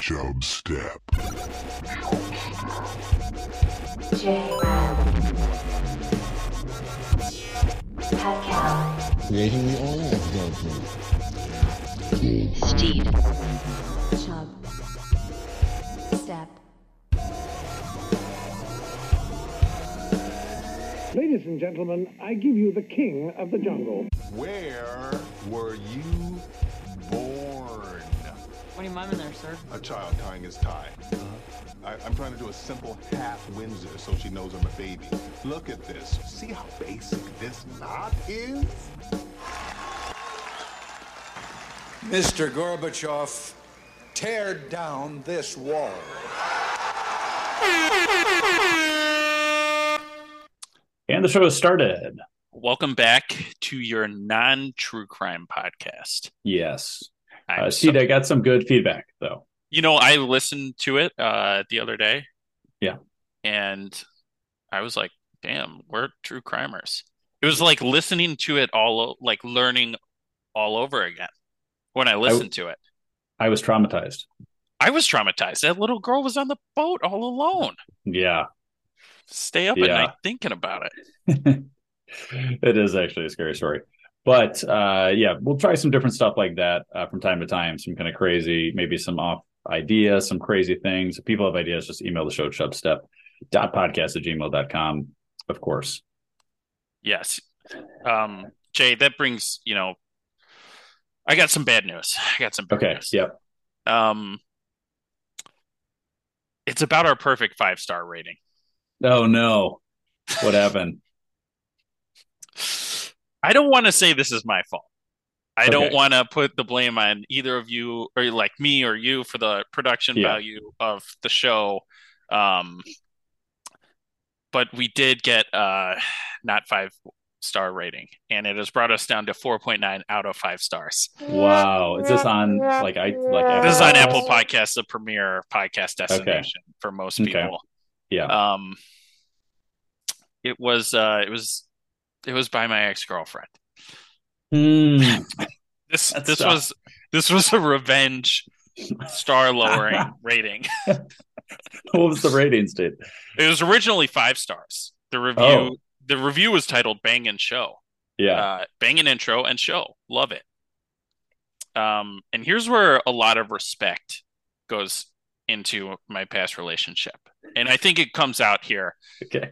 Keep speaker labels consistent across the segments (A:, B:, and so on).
A: Job Step.
B: Creating the all Dog Group.
C: Steed. Chub. Step.
D: Ladies and gentlemen, I give you the king of the jungle.
A: Where were you born?
E: What are you mumming there, sir? Uh-huh.
A: A child tying his tie. I, I'm trying to do a simple half Windsor so she knows I'm a baby. Look at this. See how basic this knot is?
F: Mr. Gorbachev, tear down this wall.
G: And the show has started.
H: Welcome back to your non true crime podcast.
G: Yes.
H: I'm
G: Uh,
H: so-
G: Sheet, I got some good feedback, though.
H: you know, I listened to it uh, the other day.
G: Yeah.
H: And I was like, damn, we're true crimers. It was like listening to it all, o- like learning all over again when I listened to it.
G: I was traumatized.
H: I was traumatized. That little girl was on the boat all alone.
G: Yeah.
H: Stay up at
G: Yeah.
H: night thinking about it.
G: it is actually a scary story. But uh, yeah, we'll try some different stuff like that uh, from time to time. Some kind of crazy, maybe some off ideas, some crazy things. If people have ideas, just email the show chubstep dot podcast at gmail.com, of course.
H: Yes. Um, Jay, that brings, you know, I got some bad news. I got some bad
G: Okay.
H: news.
G: Yep.
H: Um, it's about our perfect five star rating.
G: Oh, no. What happened?
H: I don't want to say this is my fault. I don't
G: Okay.
H: want to put the blame on either of you or like me or you for the production
G: Yeah.
H: value of the show. Um, but we did get uh not five star rating and it has brought us down to 4.9 out of five stars.
G: Wow. Is this on like I like
H: This is on
G: Podcasts?
H: Apple Podcasts, the premier podcast destination for most
G: Okay.
H: people.
G: Yeah.
H: um it was uh it was it was by my ex-girlfriend
G: Hmm.
H: this
G: That
H: this
G: sucks.
H: was this was a revenge star lowering rating
G: what was the ratings, dude?
H: it was originally five stars the review
G: Oh.
H: the review was titled bang and show
G: Yeah.
H: uh bang and intro and show love it um and here's where a lot of respect goes into my past relationship and i think it comes out here
G: okay.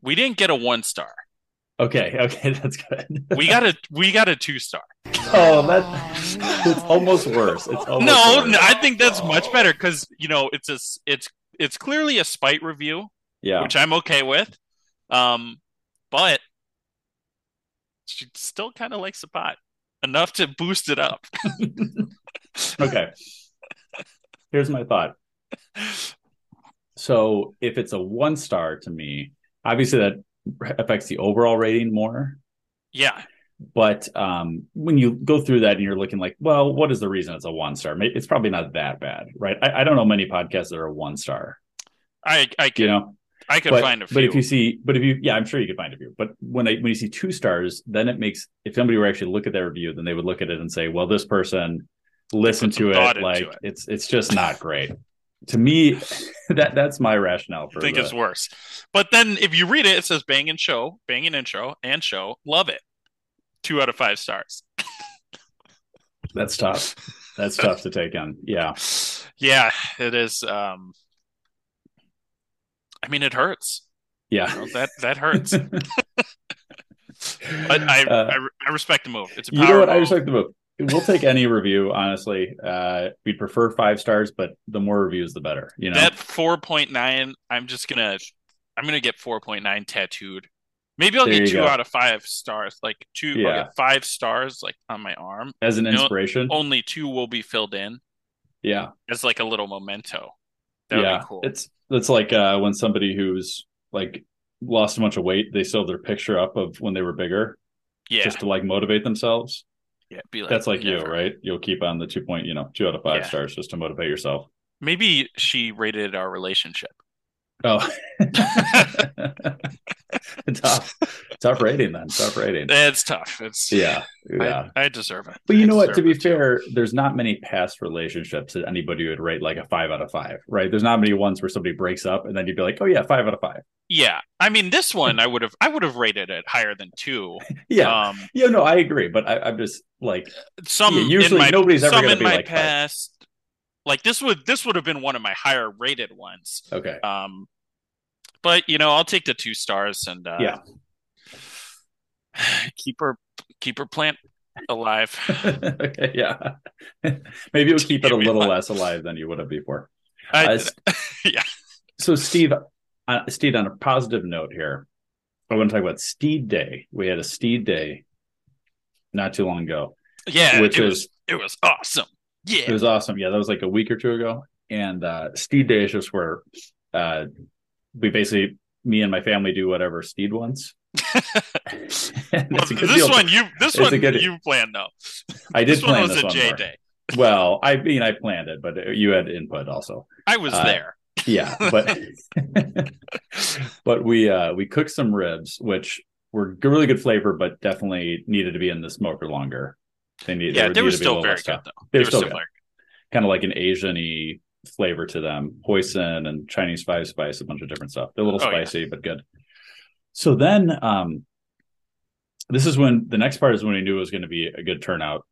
H: we didn't get a one star
G: Okay. Okay. That's good.
H: we got a we got a two star
G: oh, that it's almost worse. It's almost
H: no,
G: worse.
H: no, I think
G: Oh.
H: that's much better because you know it's a s- it's it's clearly a spite review,
G: Yeah.
H: which I'm okay with. Um, but she still kind of likes the pot enough to boost it up.
G: Okay. Here's my thought. So if it's a one star to me, obviously that affects the overall rating more.
H: yeah,
G: But um, when you go through that and you're looking like, well, what is the reason it's a one star? May- It's probably not that bad, right? I, I don't know many podcasts that are one star.
H: I I could
G: You know,
H: I could
G: but,
H: find a few.
G: but if you see, but if you, yeah, I'm sure you could find a few. But when I when you see two stars, then it makes if somebody were actually to look at that review, then they would look at it and say, well, this person listened
H: Put some
G: to
H: thought
G: it
H: into
G: like
H: it.
G: it's it's just not great. to me, that that's my rationale for
H: think
G: the-
H: it's worse, but then if you read it, it says bang and show, bang and intro, and show, love it. Two out of five stars.
G: that's tough. That's tough to take on. Yeah,
H: Yeah, it is. Um, I mean, it hurts.
G: yeah.
H: You know, that that hurts. But I,
G: Uh,
H: I, I respect the move. It's a
G: you
H: power
G: know what? I
H: move.
G: respect the move. We'll take any review, honestly. Uh, we'd prefer five stars, but the more reviews, the better. You know,
H: That four point nine, I'm just gonna, I'm gonna get four point nine tattooed. Maybe I'll
G: There
H: get
G: you
H: two
G: go.
H: out of five stars, like two. I'll
G: Yeah.
H: get five stars, like on my arm.
G: as an
H: you know,
G: inspiration.
H: Only two will be filled in
G: yeah.
H: as like a little memento. That would be cool.
G: It's it's like uh, when somebody who's like lost a bunch of weight, they still have their picture up of when they were bigger,
H: yeah,
G: just to like motivate themselves.
H: yeah. Be like,
G: That's like you,
H: never.
G: right? You'll keep on the two point, you know, two out of five
H: Yeah.
G: stars just to motivate yourself.
H: Maybe she rated our relationship.
G: Oh, tough, tough rating then. Tough rating.
H: It's tough. It's
G: Yeah, yeah.
H: I, I deserve it.
G: But you
H: I
G: know what? To
H: deserve
G: be
H: it, too.
G: fair, there's not many past relationships that anybody would rate like a five out of five, right? There's not many ones where somebody breaks up and then you'd be like, oh yeah, five out of five.
H: yeah. I mean, this one I would have I would have rated it higher than two.
G: Yeah,
H: Um,
G: yeah, no, I agree, but I, I'm just like,
H: some
G: Yeah, usually
H: in my,
G: nobody's ever
H: some
G: gonna
H: in
G: be
H: my
G: like five.
H: past. Like this would this would have been one of my higher rated ones.
G: okay,
H: Um, but you know, I'll take the two stars and uh,
G: Yeah.
H: keep her keep her plant alive.
G: okay, yeah. Maybe you'll keep it a
H: Give me
G: little
H: one.
G: less alive than you would have before.
H: I,
G: Uh,
H: yeah.
G: So, Steve, uh, Steve, on a positive note here, I want to talk about Steed Day. We had a Steed Day not too long ago,
H: yeah,
G: which
H: it
G: is
H: was, it was awesome. Yeah,
G: it was awesome. Yeah, that was like a week or two ago. And uh, Steed Day is just where uh, we basically, me and my family do whatever Steed wants. And it's
H: Well,
G: a good
H: this
G: deal.
H: one you this
G: It's a
H: one
G: good-
H: you planned though.
G: I did
H: This one
G: plan
H: was
G: this
H: a
G: one
H: J
G: more.
H: day.
G: Well, I mean, I planned it, but you had input also.
H: I was
G: Uh,
H: there.
G: yeah but but we uh we cooked some ribs which were g- really good flavor but definitely needed to be in the smoker longer they need,
H: Yeah,
G: would
H: they were
G: need to be a
H: still
G: little
H: very
G: less
H: good
G: tough.
H: though.
G: they were
H: were
G: still
H: still
G: good.
H: very
G: kind of like an asian-y flavor to them hoisin and chinese five spice a bunch of different stuff they're a little
H: Oh, yeah.
G: spicy but good so then um this is when the next part is when we knew it was going to be a good turnout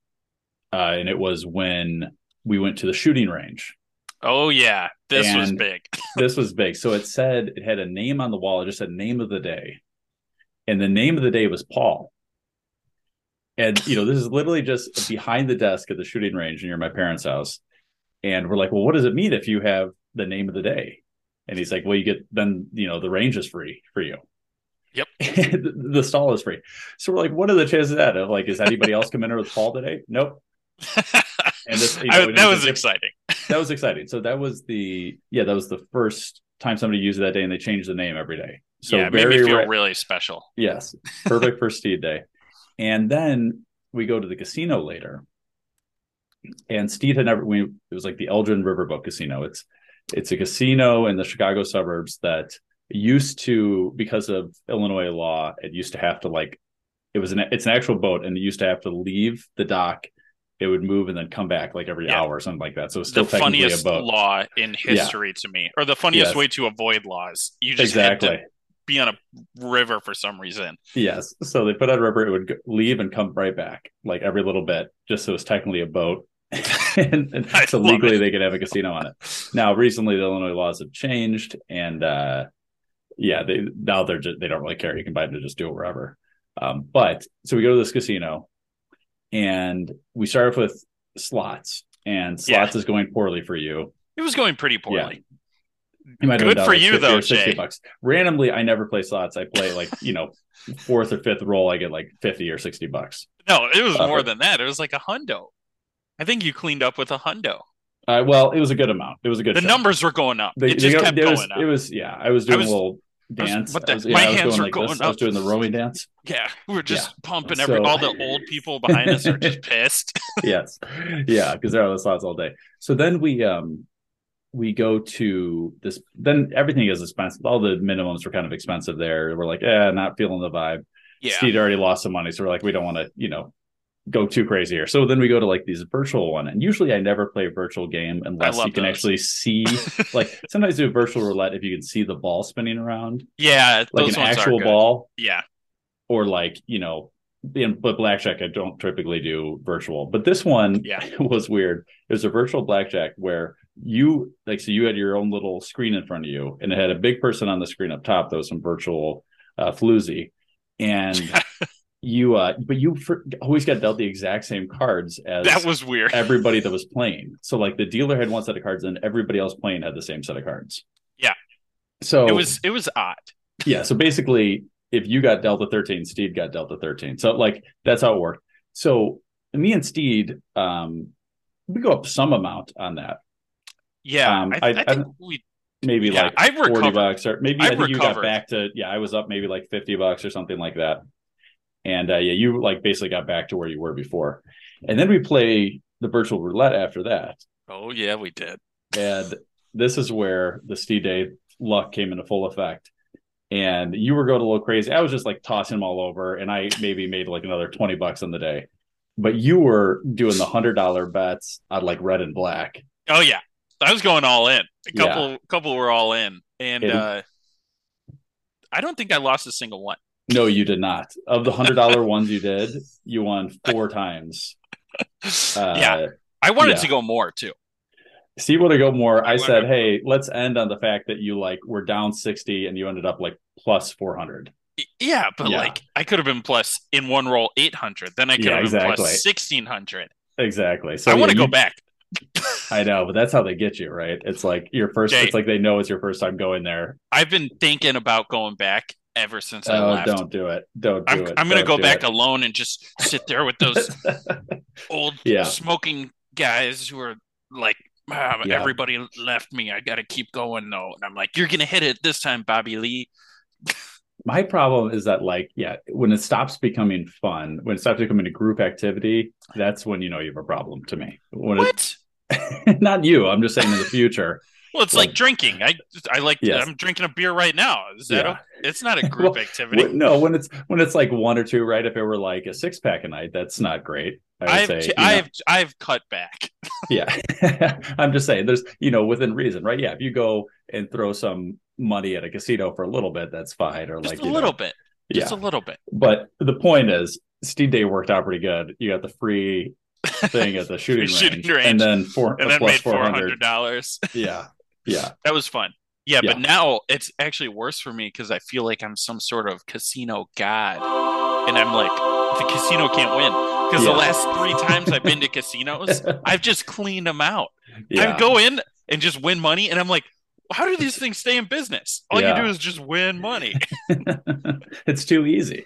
G: uh and it was when we went to the shooting range
H: Oh yeah, this was
G: And-
H: big.
G: this was big. So it said it had a name on the wall. It just said name of the day, and the name of the day was Paul. And you know, this is literally just behind the desk at the shooting range near my parents' house. And we're like, well, what does it mean if you have the name of the day? And he's like, well, you get then you know the range is free for you.
H: Yep.
G: the, the stall is free. So we're like, what are the chances of that? Of like, is anybody else coming in with Paul today? Nope. And this, you know,
H: I-
G: it
H: that
G: was
H: was
G: a-
H: exciting.
G: that was exciting. So that was the yeah, that was the first time somebody used it that day, and they changed the name every day. So
H: yeah, it made
G: very
H: me feel
G: ra-
H: really special.
G: yes, perfect for Steed Day. And then we go to the casino later, and Steed had never. We it was like the Eldrin Riverboat Casino. It's it's a casino in the Chicago suburbs that used to because of Illinois law, it used to have to like it was an it's an actual boat, and it used to have to leave the dock. It would move and then come back like every
H: Yeah.
G: hour or something like that. So it's still
H: The
G: technically
H: funniest
G: a boat.
H: law in history to me, or the funniest
G: Yes.
H: way to avoid laws. You just had
G: exactly
H: to be on a river for some reason.
G: yes so they put out a river it would go- leave and come right back like every little bit just so it's technically a boat and, and
H: I
G: so
H: love
G: legally
H: it.
G: they could have a casino on it now recently the illinois laws have changed and uh yeah they now they're just they don't really care you can buy them to just do it wherever um but so we go to this casino and we start off with slots and
H: Yeah.
G: slots is going poorly for you
H: It was going pretty poorly.
G: you might have
H: Good
G: done
H: for
G: like
H: you,
G: 50
H: though,
G: or 60
H: Jay.
G: bucks. Randomly, I never play slots. I play like, you know, fourth or fifth roll, I get like 50 or 60 bucks.
H: No, it was
G: Uh,
H: more
G: but-
H: than that. It was like a hundo. I think you cleaned up with a hundo.
G: Uh, well, it was a good amount. It was a good
H: The
G: show.
H: numbers were going up.
G: They-
H: it
G: they
H: just
G: go-
H: kept
G: it
H: going
G: was,
H: up.
G: It was, yeah, I was doing
H: was-
G: a little
H: I was-
G: dance.
H: what the-
G: I was, yeah,
H: my
G: I was
H: hands
G: doing
H: were
G: like
H: going
G: this. I was
H: up.
G: doing the rowing dance.
H: yeah, we were just pumping
G: So-
H: every. all the old people behind us are just pissed.
G: yes. Yeah, because they're on the slots all day. So then we um we go to this then everything is expensive. All the minimums were kind of expensive there. We're like, eh, not feeling the vibe.
H: Yeah,
G: Steed already lost some money, so we're like, we don't want to, you know, go too crazy here. So then we go to like these virtual one, and usually I never play a virtual game unless
H: love
G: you can
H: those.
G: actually see. like sometimes do a virtual roulette if you can see the ball spinning around,
H: yeah,
G: like
H: those
G: an
H: ones are
G: actual
H: good.
G: ball,
H: Yeah,
G: or like you know, in but blackjack I don't typically do virtual, but this one
H: Yeah.
G: was weird. There's a virtual blackjack where you like so you had your own little screen in front of you, and it had a big person on the screen up top that was some virtual uh, floozy, and you uh but you for, always got dealt the exact same cards as
H: that was weird.
G: everybody that was playing so like the dealer had one set of cards and everybody else playing had the same set of cards
H: Yeah.
G: so
H: It was it was odd.
G: yeah so basically if you got dealt a 13 steed got dealt a 13 so like that's how it worked so me and steed um we go up some amount on that
H: Yeah, I,
G: Um, I-
H: I
G: I-
H: think we.
G: maybe
H: Yeah,
G: like
H: I
G: 40
H: recovered.
G: bucks or maybe I,
H: I
G: think you got
H: recovered.
G: back to yeah i was up maybe like 50 bucks or something like that and uh, yeah you like basically got back to where you were before and then we play the virtual roulette after that
H: Oh yeah, we did.
G: and this is where the steed day luck came into full effect and you were going a little crazy. I was just like tossing them all over, and I maybe made like another twenty bucks on the day. But you were doing the hundred dollar bets on like red and black.
H: Oh yeah, I was going all in. A couple, couple were all in, and
G: It-
H: uh, I don't think I lost a single one.
G: No, you did not. Of the hundred dollar ones you did, you won four times. Uh,
H: yeah, I wanted
G: yeah.
H: to go more too.
G: See what I go more. I said,
H: Eleven.
G: hey, let's end on the fact that you like were down sixty and you ended up like plus four hundred.
H: Y- Yeah, but
G: Yeah.
H: like I could have been plus in one roll eight hundred. Then I could
G: Yeah,
H: have been
G: exactly.
H: plus sixteen hundred.
G: Exactly. So
H: I want to
G: yeah,
H: go
G: you-
H: back.
G: I know, but that's how they get you, right? It's like your first.
H: Jay.
G: It's like they know it's your first time going there.
H: I've been thinking about going back ever since I
G: Oh,
H: left.
G: don't do it. Don't do
H: I'm
G: it.
H: I'm gonna go
G: Don't do
H: back
G: it.
H: alone and just sit there with those old
G: Yeah.
H: smoking guys who are like "Ah,
G: Yeah.
H: everybody left me. I gotta keep going though. And I'm like, you're gonna hit it this time, Bobby Lee.
G: My problem is that, like, yeah, when it stops becoming fun, when it stops becoming a group activity, that's when you know you have a problem. To me, when it-
H: What?
G: not you. I'm just saying in the future.
H: Well, it's like
G: Like-
H: drinking. I I like.
G: Yes.
H: I'm drinking a beer right now. Is that?
G: Yeah.
H: A, it's not a group
G: Well,
H: activity.
G: When- no, when it's when it's like one or two, right? If it were like a six pack a night, that's not great. I would
H: I've
G: say, you know,
H: I've I've cut back.
G: yeah. I'm just saying, there's you know within reason, right? Yeah, if you go and throw some money at a casino for a little bit, that's fine. Or
H: Just
G: like
H: a
G: you
H: little
G: know,
H: bit.
G: yeah.
H: Just a little bit.
G: But the point is, Steve Day worked out pretty good. You got the free thing at the shooting, range,
H: Shooting range.
G: and then four
H: And then
G: plus
H: made four
G: 400.
H: hundred dollars.
G: Yeah, yeah.
H: That was fun. Yeah,
G: Yeah.
H: but now it's actually worse for me because I feel like I'm some sort of casino god, and I'm like the casino can't win because
G: Yeah.
H: the last three times I've been to casinos, I've just cleaned them out.
G: yeah.
H: I go in and just win money, and I'm like, how do these things stay in business? All
G: Yeah.
H: you do is just win money.
G: it's too easy.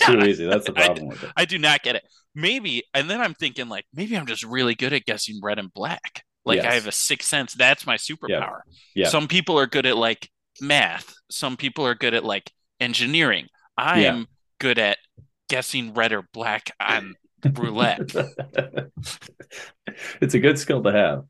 H: Yeah.
G: too easy. That's the
H: I-
G: problem with it.
H: I do not get it. Maybe, and then I'm thinking like maybe I'm just really good at guessing red and black. Like
G: Yes.
H: I have a sixth sense. That's my superpower.
G: Yeah.
H: Some people are good at like math. Some people are good at like engineering. I
G: Yeah.
H: am good at guessing red or black on roulette.
G: it's a good skill to have.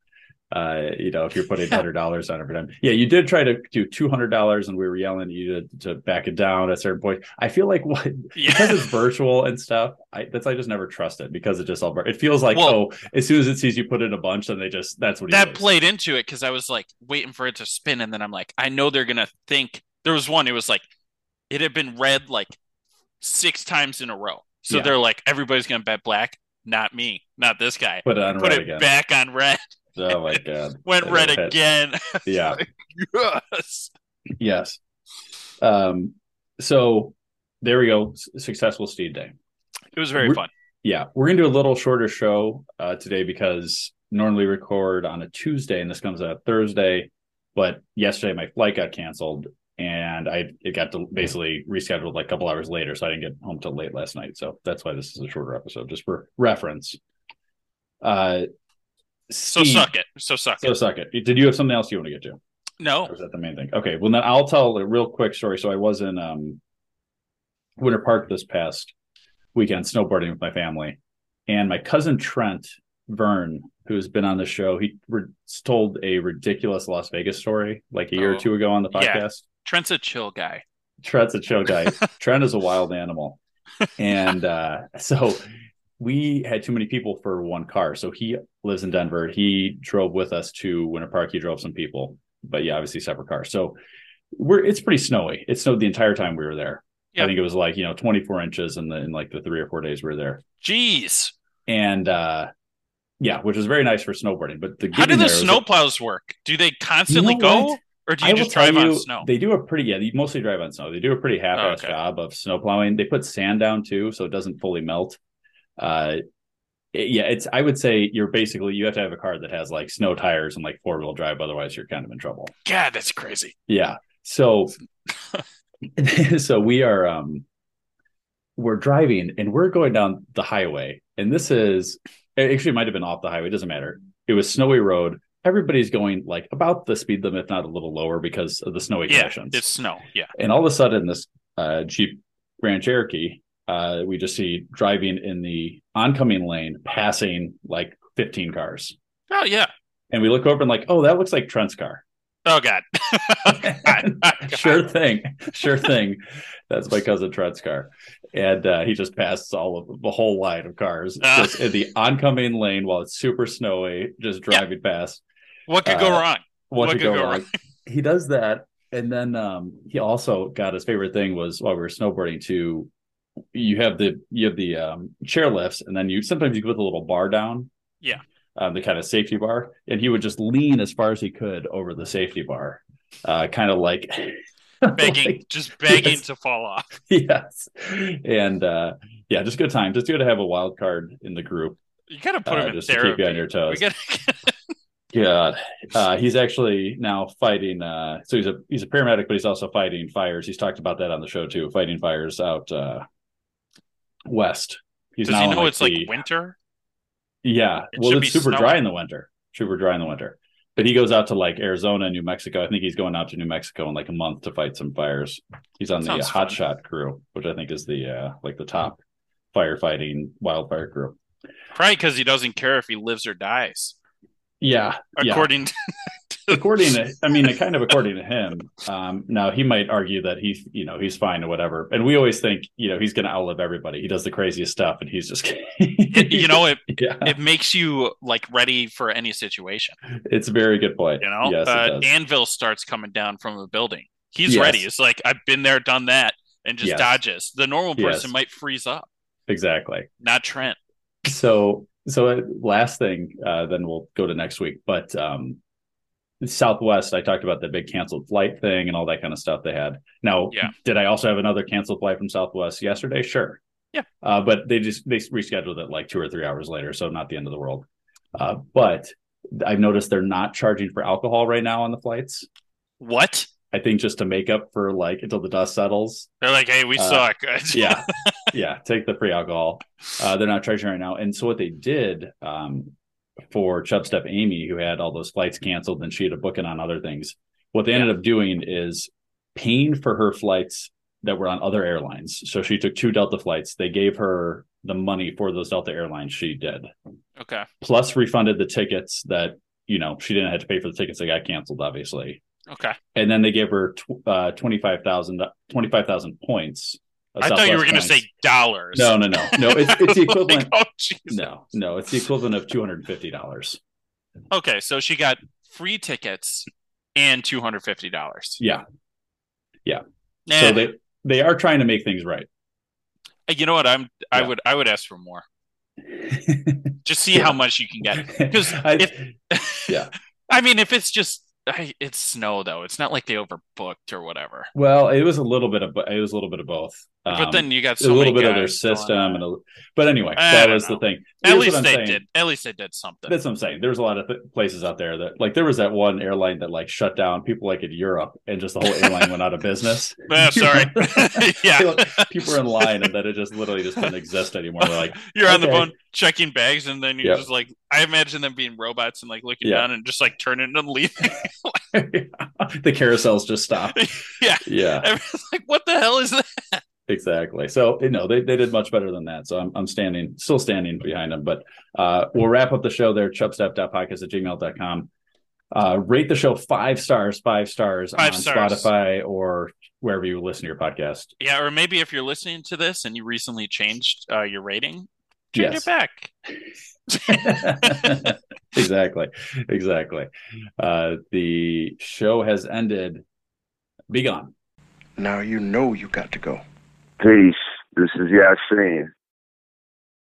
G: Uh, you know, if you're putting
H: Yeah.
G: hundred dollars on every time. Yeah, you did try to do two hundred dollars, and we were yelling at you to, to back it down at a certain point. I feel like what because
H: yeah.
G: it's virtual and stuff, I that's I just never trust it because it just all it feels like
H: Well-
G: oh, as soon as it sees you put in a bunch, then they just that's what you
H: That
G: lose.
H: played into it because I was like waiting for it to spin, and then I'm like, I know they're gonna think there was one. It was like it had been red like six times in a row. So
G: Yeah.
H: they're like, everybody's gonna bet black. Not me. Not this guy.
G: put it on
H: put
G: red
H: it
G: again.
H: back on red.
G: Oh my god,
H: Went
G: That
H: red
G: little hit.
H: again.
G: yeah.
H: yes.
G: Yes. Um, so there we go. S- successful Steed Day.
H: It was very
G: We're-
H: fun.
G: Yeah, we're gonna do a little shorter show uh, today because normally we record on a Tuesday and this comes out Thursday. But yesterday my flight got canceled and I it got to basically rescheduled like a couple hours later, so I didn't get home till late last night. So that's why this is a shorter episode, just for reference. Uh,
H: So
G: Steve-
H: suck it. So suck
G: E. So
H: it.
G: suck it. Did you have something else you want to get to? Or
H: No.
G: was that the main thing? Okay. Well, then I'll tell a real quick story. So I was in um, Winter Park this past weekend snowboarding with my family, and my cousin Trent Vern, who's been on the show, he re- told a ridiculous Las Vegas story like a year
H: Oh.
G: or two ago on the
H: Yeah.
G: podcast.
H: Trent's a chill guy.
G: Trent's a chill guy. Trent is a wild animal. And uh, so we had too many people for one car. So he lives in Denver. He drove with us to Winter Park. He drove some people, but yeah, obviously separate cars. So we're it's pretty snowy. It snowed the entire time we were there.
H: Yeah.
G: I think it was like, you know, 24 inches in the in like the three or four days we were there.
H: Jeez.
G: And uh yeah, which was very nice for snowboarding. But the
H: How do
G: getting
H: the
G: there was-
H: snowplows work? Do they constantly
G: know
H: go?
G: what?
H: Or do
G: I
H: you
G: will
H: just drive
G: tell
H: on
G: you,
H: snow? Oh,
G: They do a pretty yeah, they mostly drive on snow. They do a pretty half-ass
H: okay.
G: job of snow plowing. They put sand down too, so it doesn't fully melt. Uh, it- yeah, it's I would say you're basically you have to have a car that has like snow tires and like four-wheel drive, otherwise you're kind of in trouble.
H: God, that's crazy.
G: Yeah. So so we are um we're driving and we're going down the highway and this is actually it might have been off the highway, it doesn't matter. It was snowy road. Everybody's going like about the speed limit, if not a little lower because of the snowy
H: Yeah,
G: conditions.
H: it's snow. Yeah.
G: And all of a sudden, this uh, Jeep Grand Cherokee, uh, we just see driving in the oncoming lane, passing like 15 cars.
H: Oh yeah.
G: And we look over and like, oh, that looks like Trent's car.
H: Oh God.
G: sure thing. Sure thing. That's my cousin Trent's car. And uh, he just passes all of the whole line of cars
H: Uh.
G: just in the oncoming lane while it's super snowy, just
H: Yeah.
G: driving past.
H: What could go
G: Uh,
H: wrong?
G: What
H: What
G: could
H: could
G: go
H: go
G: wrong? He does that. And then um, he also got his favorite thing was while we were snowboarding to you have the you have the um, chair lifts and then you sometimes you put the little bar down.
H: Yeah.
G: Um, the kind of safety bar. And he would just lean as far as he could over the safety bar. Uh, kind of like
H: Begging,
G: like-
H: just begging
G: Yes.
H: to fall off.
G: yes and uh yeah just good times it's good to have a wild card in the group
H: You gotta put
G: uh,
H: him in
G: just to keep
H: therapy.
G: you on your
H: we
G: toes
H: gotta
G: god uh he's actually now fighting uh so he's a he's a paramedic but he's also fighting fires he's talked about that on the show too fighting fires out uh west he's
H: Does
G: now
H: he
G: in,
H: know it's like
G: the-
H: winter?
G: yeah
H: It
G: well
H: should
G: it's
H: be
G: super dry
H: snowing.
G: in the winter super dry in the winter but he goes out to like arizona new mexico i think he's going out to new mexico in like a month to fight some fires he's on the
H: Sounds
G: hot
H: fun.
G: shot crew which i think is the uh like the top firefighting wildfire crew
H: Probably because he doesn't care if he lives or dies.
G: yeah yeah
H: According to
G: according to i mean kind of according to him um now he might argue that he's you know he's fine or whatever and we always think you know he's gonna outlive everybody he does the craziest stuff and he's just
H: it, you know, it
G: yeah
H: it makes you like ready for any situation.
G: it's a very good point
H: You know,
G: yes it
H: uh,
G: does.
H: Anvil starts coming down from a building. He's
G: Yes.
H: ready. It's like I've been there, done that, and just
G: Yes.
H: dodges. The normal
G: Yes.
H: person might freeze up.
G: exactly
H: Not Trent.
G: so so uh, last thing uh then we'll go to next week but um southwest i talked about the big canceled flight thing and all that kind of stuff they had now
H: Yeah.
G: did i also have another canceled flight from southwest yesterday sure
H: Yeah.
G: uh but they just they rescheduled it like two or three hours later so not the end of the world uh but i've noticed they're not charging for alcohol right now on the flights
H: What?
G: i think just to make up for like until the dust settles
H: They're like, hey, we
G: Uh,
H: suck.
G: yeah yeah take the free alcohol uh they're not charging right now and so what they did um for chub step amy who had all those flights canceled and she had a booking on other things what they ended up doing is paying for her flights that were on other airlines so she took two delta flights they gave her the money for those delta airlines she did
H: Okay.
G: plus refunded the tickets that you know she didn't have to pay for the tickets that got canceled obviously
H: Okay.
G: and then they gave her tw- uh, 25,000 25,000 points. uh,
H: I thought you
G: Southwest
H: were going to
G: points.
H: say dollars.
G: no, no, no, no. It's it's the
H: Like,
G: equivalent.
H: oh, jeez.
G: no, no, it's the equivalent of two hundred and fifty dollars.
H: Okay, so she got free tickets and two hundred fifty dollars.
G: Yeah,
H: Nah,
G: so they they are trying to make things right.
H: uh, you know what? I'm. I
G: Yeah.
H: would. I would ask for more. Just see how much you can get. Because
G: I- yeah.
H: I mean, if it's just I, it's snow though, it's not like they overbooked or whatever.
G: Well, it was a little bit of bo- it was a little bit of both.
H: but
G: Um,
H: then you got
G: a
H: so
G: little
H: many
G: bit of their
H: guys going
G: system,
H: on.
G: and a, but anyway,
H: I
G: that
H: don't
G: was
H: know.
G: the thing.
H: at
G: Here's what
H: least
G: I'm
H: they
G: saying.
H: did. At least they did something.
G: That's what I'm saying. There's a lot of th- places out there that like there was that one airline that like shut down people like in Europe and just the whole airline went out of business.
H: Ah, sorry. yeah,
G: people were in line and then it just literally just didn't exist anymore. They're like,
H: you're on the
G: okay.
H: phone checking bags, and then you're
G: Yeah.
H: just like, I imagine them being robots and like looking
G: Yeah.
H: down and just like turning and leaving.
G: the carousels just stopped.
H: Yeah.
G: Yeah,
H: Everyone's like, what the hell is that?
G: exactly. So you know they, they did much better than that. So I'm I'm standing still standing behind them. But uh we'll wrap up the show there, chubstep.podcast at gmail.com. Uh rate the show five stars, five stars
H: Five
G: on
H: stars.
G: Spotify or wherever you listen to your podcast.
H: Yeah, or maybe if you're listening to this and you recently changed uh, your rating, change
G: Yes.
H: it back.
G: exactly. Exactly. Uh the show has ended. Be gone.
I: Now you know you got to go.
J: Peace. This is Yasin.